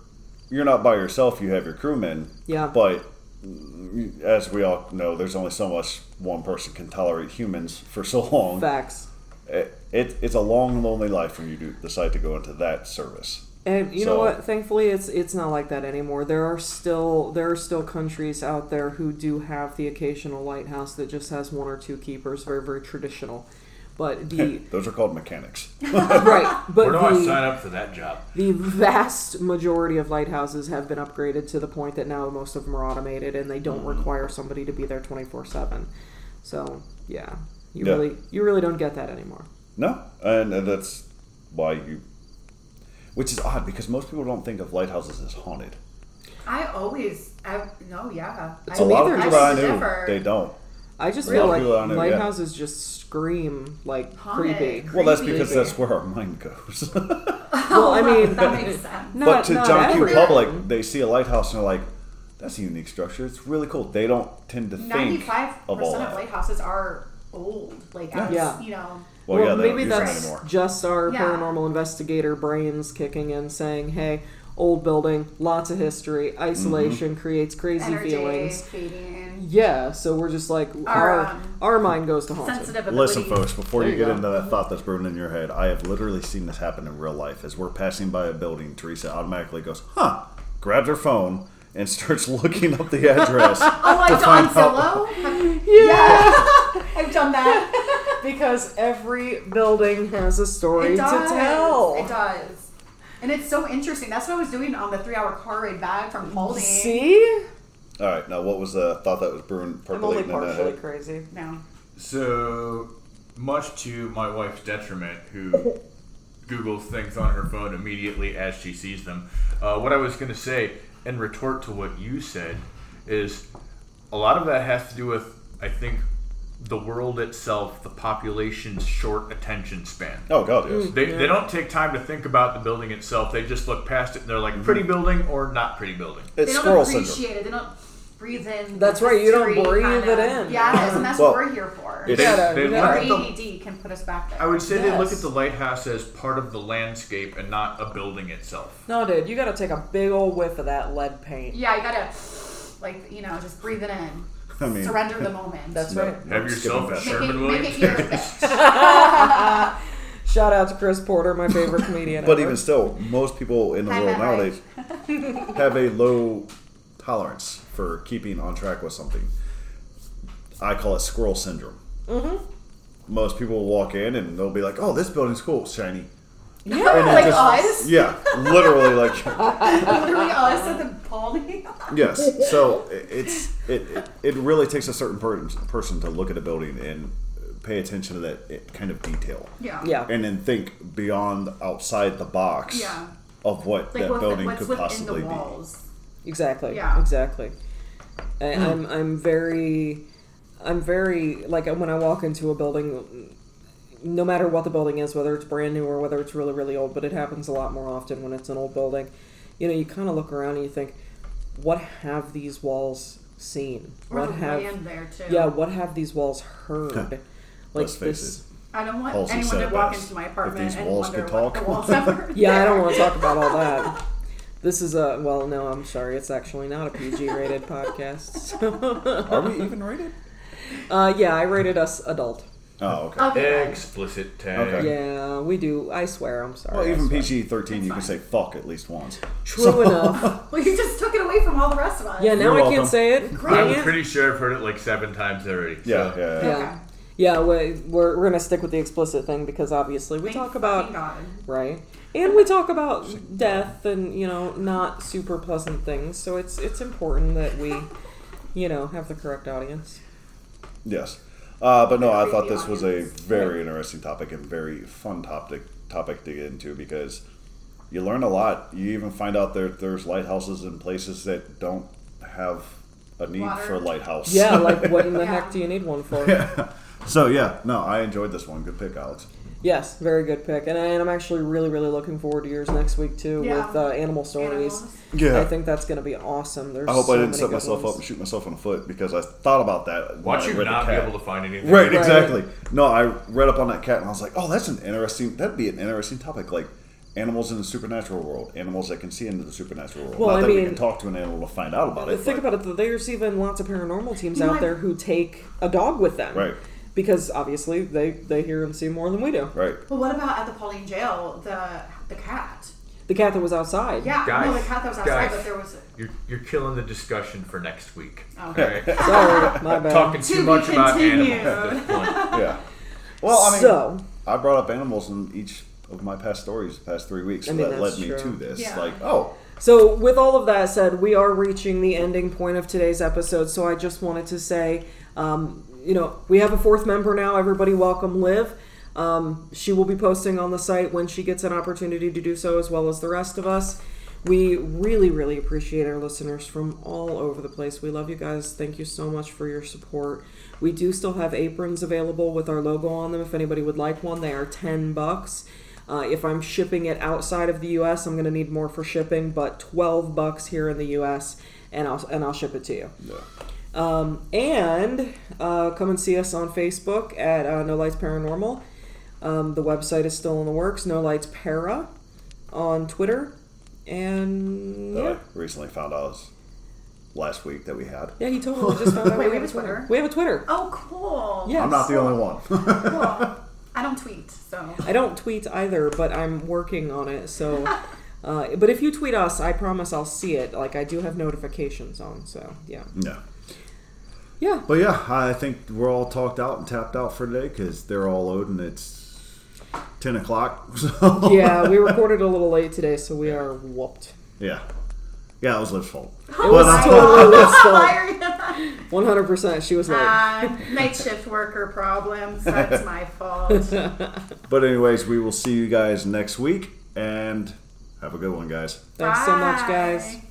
A: You're not by yourself. You have your crewmen.
B: Yeah.
A: But mm, as we all know, there's only so much one person can tolerate humans for so long.
B: Facts.
A: It, it, it's a long, lonely life when you do decide to go into that service.
B: And you
A: So-
B: know what? Thankfully, it's it's not like that anymore. There are still there are still countries out there who do have the occasional lighthouse that just has one or two keepers. Very very traditional,
A: [laughs]
B: but the
A: Those are called mechanics.
B: right,
D: Where
B: but
D: do I sign
B: the,
D: up for that job?
B: the vast majority of lighthouses have been upgraded to the point that now most of them are automated and they don't
A: Mm-hmm.
B: require somebody to be there twenty four seven. So yeah, you
A: Yeah.
B: really you really don't get that anymore.
A: No, and, and that's why you. Which is odd because most people don't think of lighthouses as haunted.
C: I always, I no, yeah.
A: a
C: I
A: lot
B: neither.
A: of
C: I
A: people I
C: just
A: knew
C: never-
A: they don't.
B: I just
A: Really?
B: feel like
A: People I know, yeah.
B: lighthouses just scream like
C: Haunted.
B: creepy.
A: Well, that's
C: Creepy.
A: because that's where our mind goes. [laughs]
B: Well, I mean,
C: Oh, that makes
B: [laughs]
C: sense.
B: not,
A: but to
B: not
A: John Q.
B: everyone.
A: Public, they see a lighthouse and they're like, "That's a unique structure. It's really cool." They don't tend to think
C: Ninety-five
A: of all
C: percent of
A: that.
C: lighthouses are old. Like, I
B: Yeah.
C: was, you know,
A: well, yeah, they
B: maybe
A: don't use
B: that's
A: them anymore.
B: just our
C: Yeah.
B: paranormal investigator brains kicking in, saying, "Hey, old building, lots of history. Isolation
A: Mm-hmm.
B: creates crazy
C: energy
B: feelings."
C: fading,
B: Yeah, so we're just like
C: Our,
B: our
C: um,
B: our mind goes to haunted.
C: sensitive ability.
A: Listen, folks, before
B: There
A: you
B: you
A: get
B: go.
A: into that thought that's brewing in your head, I have literally seen this happen in real life. As we're passing by a building, Teresa automatically goes, huh, grabs her phone and [laughs] starts looking up the
B: [laughs]
A: address.
C: Oh, like
A: find
C: Don
A: out-
C: Zillow. [laughs] yeah, [laughs] I've done that.
B: Because every building has a story
C: It
B: to
C: does.
B: tell.
C: It does. And it's so interesting. That's what I was doing on the three-hour car ride back from Paulding.
B: See,
A: All right, now what was the thought that was brewing
B: I'm
A: percolating
B: only
A: in that
B: partially
A: head?
B: crazy.
C: No.
D: So much to my wife's detriment, who Googles things on her phone immediately as she sees them. Uh, what I was going to say and retort to what you said is a lot of that has to do with, I think, the world itself, the population's short attention span.
A: Oh, God,
B: Mm.
A: yes.
D: They, they don't take time to think about the building itself. They just look past it and they're like, pretty building or not pretty building.
A: It's
C: They don't
A: squirrel
C: appreciate
A: syndrome.
C: it. They don't breathe in.
B: That's
C: the
B: right, you don't
C: history,
B: breathe
C: kinda.
B: it in.
C: Yes, and that's
A: Well,
C: what we're here for.
D: They-
A: It's-
B: gotta-
D: they
B: we
D: look
B: gotta-
C: Our
D: at the-
C: ADD can put us back there.
D: I would say they look
B: Yes.
D: at the lighthouse as part of the landscape and not a building itself.
B: No, dude, you gotta take a big old whiff of that lead paint.
C: Yeah, you gotta, like, you know, just breathe it in.
A: I mean,
C: Surrender
A: [laughs]
C: the moment.
B: That's
A: no,
B: right.
A: no,
D: Have
A: I'm
D: yourself a
A: skipping
C: Make it, make
D: Sherman
C: it
D: Williams.
A: [laughs]
C: your
B: Shout out to Chris Porter,
A: [laughs]
B: my favorite comedian.
A: that. But
B: ever.
A: even still, most people in the
C: Hi,
A: world
C: Matt Rife.
A: nowadays have
C: [laughs]
A: a low tolerance for keeping on track with something. I call it squirrel syndrome. Mm-hmm. Most people will walk in and they'll be like, "Oh, this building's cool, shiny."
B: yeah,
A: And it
C: [laughs] Like
A: just-
C: us?
A: Yeah, literally,
C: [laughs]
A: like
C: Literally us and then Paulie. [laughs]
A: yes. So i- it's it, it it really takes a certain per- person to look at a building and pay attention to that eh, kind of detail.
C: Yeah.
B: yeah.
A: and then think beyond outside the box
C: Yeah.
A: of what
C: Like
A: that
C: what,
A: building
C: what's
A: could
C: within the
A: possibly be.
C: walls.
B: Exactly.
C: Yeah. Hmm.
B: Exactly. I, I'm I'm very I'm very like when I walk into a building no matter what the building is whether it's brand new or whether it's really really old but it happens a lot more often when it's an old building you know you kind of look around and you think what have these walls seen
C: Or
B: what
C: the
B: have
C: land there too.
B: yeah what have these walls heard like
A: Let's face
B: this
C: I don't want
A: Halsey
C: anyone
A: said
C: to walk
A: best,
C: into my
A: if
C: apartment
A: these
C: and
A: walls
C: wonder
A: could talk.
C: what the
A: [laughs]
C: walls are.
B: Yeah, I
C: there.
B: don't want to talk about all that. This is a well, no, I'm sorry, it's actually not a PG-rated [laughs] podcast.
A: Are we even rated?
B: uh, yeah, I rated us adult.
A: Oh, okay.
C: [laughs] Okay.
D: Explicit tag.
A: Okay.
B: Yeah, we do. I swear, I'm sorry.
A: well,
B: I
A: even
B: swear.
A: PG thirteen,
C: That's
A: you can say
C: fine.
A: fuck at least once. [laughs]
B: True enough.
C: Well, you just took it away from all the rest of us.
B: Yeah, now
A: You're
B: I
A: welcome.
B: can't say it. Dang
D: I'm
B: it.
D: pretty sure I've heard it like seven times already.
A: Yeah,
D: so-
A: yeah. yeah.
B: Yeah. Yeah, we- we're we're gonna stick with the explicit thing because obviously we
C: Thank
B: talk about
C: fucking God.
B: right, and we talk about death and you know not super pleasant things. So it's it's important that we, you know, have the correct audience.
A: Yes, uh, but no, I
C: Creepy
A: thought this was a
C: audience.
A: very interesting topic and very fun topic topic to get into because you learn a lot. You even find out there there's lighthouses in places that don't have a need
C: Water.
A: for a lighthouse.
B: Yeah, like what in the
C: [laughs] Yeah.
B: heck do you need one for?
A: [laughs] so yeah, no, I enjoyed this one. Good pick, Alex.
B: Yes, very good pick, and, I, and I'm actually really, really looking forward to yours next week too
C: Yeah.
B: with uh, animal stories.
C: Animals.
A: Yeah.
B: I think that's going to be awesome. There's
A: I hope
B: so
A: I didn't
B: many
A: set
B: good
A: myself up
B: ones.
A: and shoot myself in the foot because I thought about that. when
D: Watch
A: I
D: you
A: read the
D: not be
A: cat.
D: able to find anything.
A: Right, exactly. No, I read up on that cat and I was like, oh, that's an interesting. That'd be an interesting topic, like animals in the supernatural world, animals that can see into the supernatural world.
B: Well,
A: not
B: I
A: that we
B: mean-
A: can talk to an animal to find out about it.
B: Think
A: but
B: about it. though, There's even lots of paranormal teams
C: You know,
B: out
C: I-
B: there who take a dog with them,
A: Right.
B: Because obviously they they hear and see more than we do.
A: right.
B: [laughs]
C: But what about at the Pauline jail, the the cat?
B: The cat that was outside.
C: Yeah, no, the
D: Guys,
C: cat that was outside,
D: guys.
C: but there was.
D: You're, you're killing the discussion for next week.
C: Oh.
D: Okay.
B: Sorry,
A: [laughs]
B: my bad.
D: Talking
C: To
D: too
C: be
D: much about
C: continued.
D: animals at this point.
A: Yeah. Well, I mean,
B: so
A: I brought up animals in each of my past stories, the past three weeks, so
B: I mean,
A: that led
B: that's
A: me
B: true.
A: to this.
C: Yeah.
A: Like, oh,
B: So, with all of that said, we are reaching the ending point of today's episode. So, I just wanted to say, um, you know, we have a fourth member now. Everybody, welcome Liv. Um, she will be posting on the site when she gets an opportunity to do so, as well as the rest of us. We really, really appreciate our listeners from all over the place. We love you guys. Thank you so much for your support. We do still have aprons available with our logo on them. If anybody would like one, they are 10 bucks. Uh, if I'm shipping it outside of the U.S., I'm going to need more for shipping, but 12 bucks here in the U.S. and I'll and I'll ship it to you. Um, and uh, come and see us on Facebook at uh, No Lights Paranormal. Um, the website is still in the works. No Lights Para on Twitter, and
A: that
B: yeah,
A: I recently found out was last week that we had.
B: yeah, he told me we just found out
C: Wait,
B: we have a Twitter. We have a Twitter.
C: Oh, cool.
B: Yes.
A: I'm not the only one. [laughs]
C: Cool. I don't tweet, so.
B: I don't tweet either, but I'm working on it. So, uh, but if you tweet us, I promise I'll see it. Like I do have notifications on, so yeah,
A: no.
B: yeah.
A: But yeah, I think we're all talked out and tapped out for today because they're all owed and it's 10 o'clock. [laughs] So.
B: [laughs] yeah, we recorded a little late today, so we are whooped. [laughs]
A: Yeah. Yeah, it was Liv's fault. uh,
B: It was totally Liv's fault.
C: Fire. [laughs]
B: 100%. She was late.
C: Uh, night shift worker problems. That's my fault.
A: But, anyways, we will see you guys next week and have a good one, guys.
B: Thanks so much,
C: Bye.
B: guys.